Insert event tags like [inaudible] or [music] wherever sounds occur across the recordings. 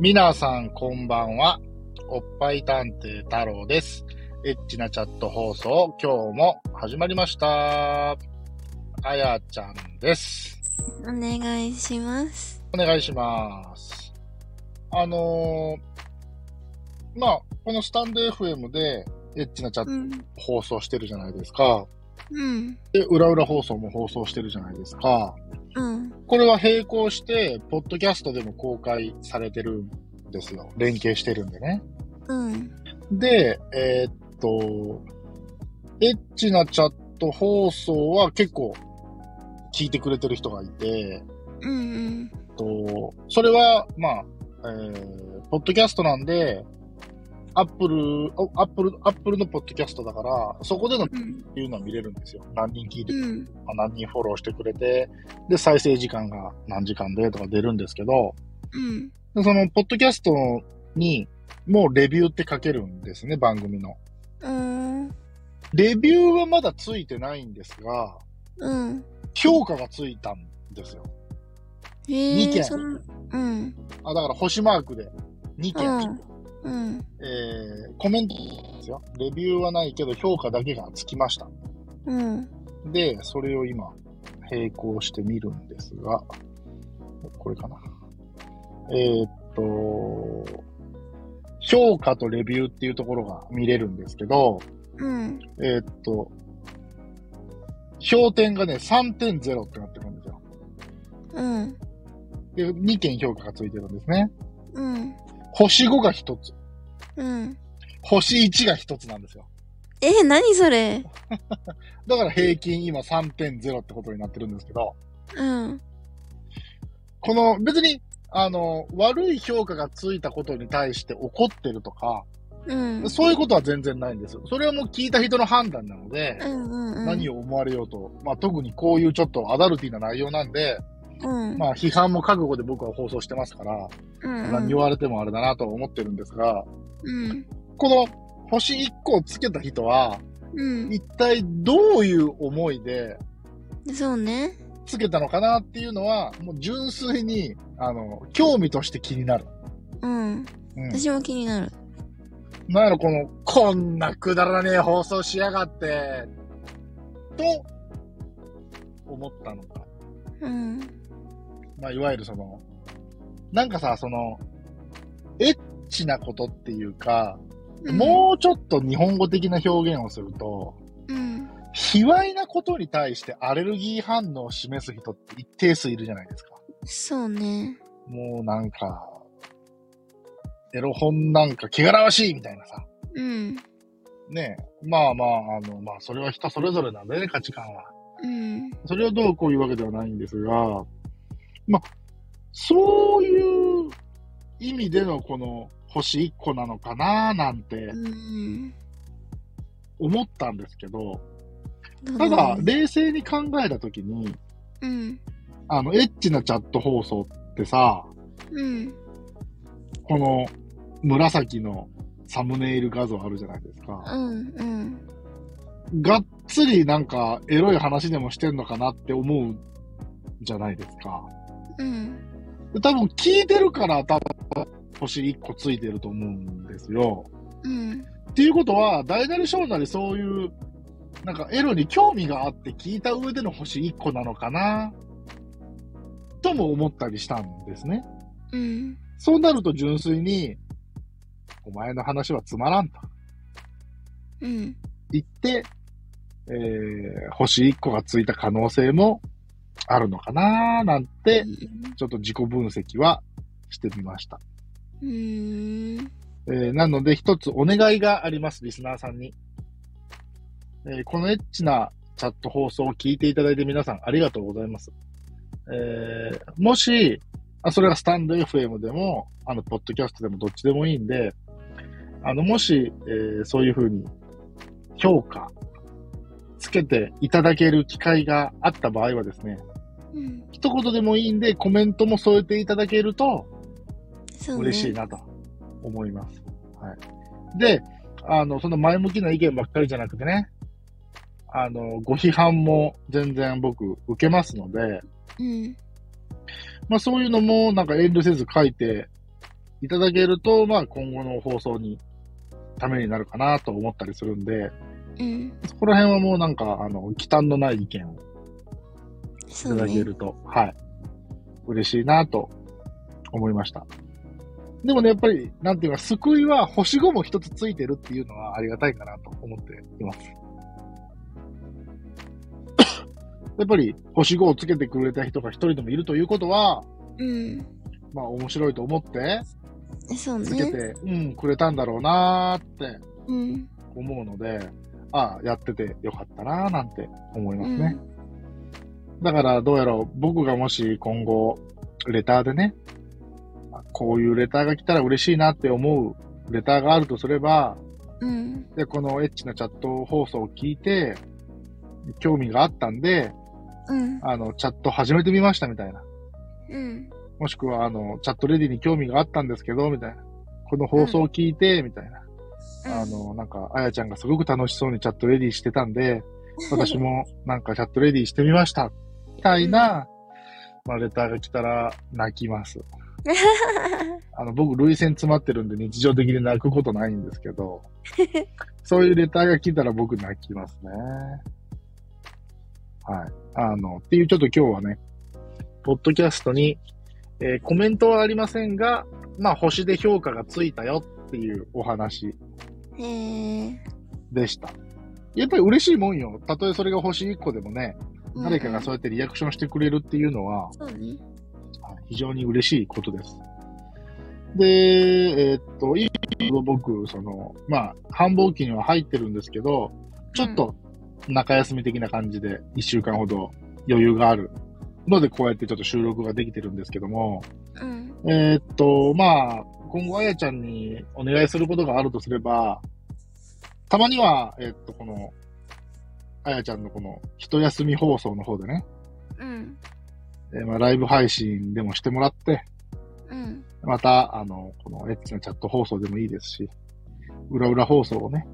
皆さんこんばんは。おっぱい探偵太郎です。エッチなチャット放送、今日も始まりました。あやちゃんです。お願いします。お願いします。あのーまあ、このスタンド FM でエッチなチャットうん。放送してるじゃないですか。うん。で、裏裏放送も放送してるじゃないですか。うん。これは並行して、ポッドキャストでも公開されてるんですよ。連携してるんでね。うん。で、えーっと、エッチなチャット放送は結構聞いてくれてる人がいて、うん。とそれは、まあ、えー、ポッドキャストなんで、アップル、おアップル、アップルのポッドキャストだから、そこでのっうん。ていうのは見れるんですよ。何人聞いて、うん。何人フォローしてくれて、で、再生時間が何時間でとか出るんですけど、うん。でその、ポッドキャストに、もうレビューって書けるんですね、番組の。うん。レビューはまだついてないんですが、うん。評価がついたんですよ。へ二え、件その、うん。あ、だから星マークで2う件、ん。うん。えー、コメントですよ。レビューはないけど評価だけがつきました。うん。で、それを今、並行してみるんですが、これかな。えーっと、評価とレビューっていうところが見れるんですけど、うん。えーっと、評点がね、3.0ってなってるんですよ。うん。で、2件評価がついてるんですね。うん。星5が1つ。うん。星1が1つなんですよ。え、何それだから平均今3.0ってことになってるんですけど、うん。この別に、あの、悪い評価がついたことに対して怒ってるとか、うん。そういうことは全然ないんですよ。それはもう聞いた人の判断なのでう、んうんうん。何をを思われようと、まあ特にこういうちょっとアダルティな内容なんで、うん。まあ批判も覚悟で僕は放送してますから、うん。何言われてもあれだなとは思ってるんですが、うん。この星1個をつけた人は、うん。一体どういう思いでそうね。つけたのかなっていうのは、もう純粋に、あの、興味として気になる。うん。うん。私も気になる。なんやろ、この、こんなくだらねえ放送しやがって、と、思ったのか。うん。まあ、いわゆるその、なんかさ、その、エッチなことっていうか、もうちょっと日本語的な表現をすると、うん。うん。卑猥なことに対してアレルギー反応を示す人って一定数いるじゃないですか。そうね。もうなんか、エロ本なんか汚らわしいみたいなさ。うん。ねえ。まあまあ、あの、まあ、それは人それぞれなんだよね、価値観は。うん。それをどうこういうわけではないんですが、まあ、そういう意味でのこの星1個なのかななんてうん。思ったんですけど、どうただ、う冷静に考えたときに、うん。あの、エッチなチャット放送ってさ、うん。この紫のサムネイル画像あるじゃないですか。うん。うん。がっつりなんかエロい話でもしてんのかなって思うじゃないですか。うん。で多分聞いてるから多分星1個ついてると思うんですよ。うん。っていうことは、大なり小なりそういう、なんかエロに興味があって聞いた上での星1個なのかな、とも思ったりしたんですね。うん。そうなると純粋に、お前の話はつまらんとうん。言って、えー、星1個がついた可能性もあるのかななんて、ちょっと自己分析はしてみました。うん。えーなので一つお願いがあります、リスナーさんに。えーこのエッチなチャット放送を聞いていただいて皆さんありがとうございます。えーもし、あ、それがスタンド FM でも、あの、ポッドキャストでもどっちでもいいんで、あの、もし、えーそういうふうに評価つけていただける機会があった場合はですね、うん。一言でもいいんでコメントも添えていただけると、そうね。嬉しい。なと思います。はい。で、あの、その前向きな意見ばっかりじゃなくてね、あの、ご批判も全然僕受けますので、うん。まあそういうのもなんか遠慮せず書いていただけると、まあ今後の放送にためになるかなと思ったりするんで、うん。そこら辺はもうなんか、あの、忌憚のない意見をいそたうだけね。ると、はい。嬉しいなと思いました。でもね、やっぱり、なんていうか、救いは星5も一つついてるっていうのはありがたいかなと思っています。 [coughs] やっぱり、星5をつけてくれた人が一人でもいるということは、うん。まあ面白いと思って、そうつけて、ね。うん、くれたんだろうなーってうん。思うので、ああ、やっててよかったなーなんて思いうますね。ん。だから、どうやら僕がもし今後、レターでね、あこういうレターが来たら嬉しいなって思うレターがあるとすれば、うん。で、このエッチなチャット放送を聞いて、興味があったんで、うん。あの、チャット始めてみましたみたいな。うん。もしくは、あの、チャットレディに興味があったんですけど、みたいな。この放送を聞いて、みたいな。あの、なんか、あやちゃんがすごく楽しそうにチャットレディしてたんで、私もなんかチャットレディしてみました。みたいな、まあ、レターが来たら泣きます。あの、僕、涙腺詰まってるんで日常的に泣くことないんですけど、そういうレターが来たら僕泣きますね。はい。あの、っていうちょっと今日はね、ポッドキャストに、えーコメントはありませんが、まあ、星で評価がついたよっていうお話へえ。でした。やっぱり嬉しいもんよ。たとえそれが星1個でもね、うん誰かがそうやってリアクションしてくれるっていうのは、そうね。非常に嬉しいことです。で、えーっと、今僕、その、まあ、繁忙期には入ってるんですけど、ちょっと中休み的な感じで、1週間ほど余裕があるので、こうやってちょっと収録ができてるんですけども、うん。えーっと、まあ、今後、あやちゃんにお願いすることがあるとすれば、たまには、えーっと、この、あやちゃんのこの、一休み放送の方でね、うん。えーまあ、ライブ配信でもしてもらって、うん。また、あの、このエッチなチャット放送でもいいですし、裏裏放送をね、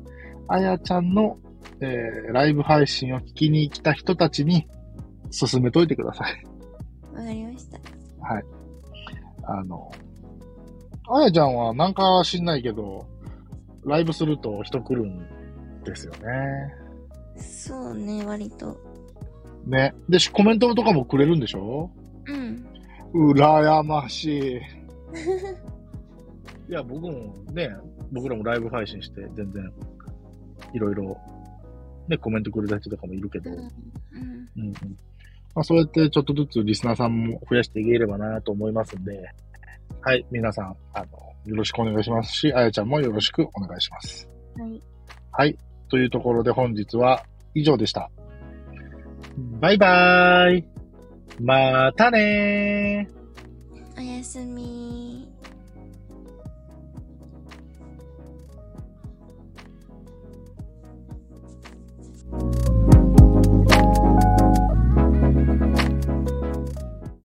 あやちゃんの、えーライブ配信を聞きに来た人たちに、進めといてください。わかりました。はい。あの、あやちゃんはなんか知んないけど、ライブすると人来るんですよね。そうね、割と。ね。で、しコメントとかもくれるんでしょうん。羨ましい。 [laughs] いや、僕もね、僕らもライブ配信して、全然、いろいろ、ね、コメントくれた人とかもいるけど、うん。うんうんまあ、そうやってちょっとずつリスナーさんも増やしていければなと思いますんで、はい、皆さん、あの、よろしくお願いしますし、あやちゃんもよろしくお願いします。はい。はい、というところで本日は以上でした。バイバーイまたねーおやすみ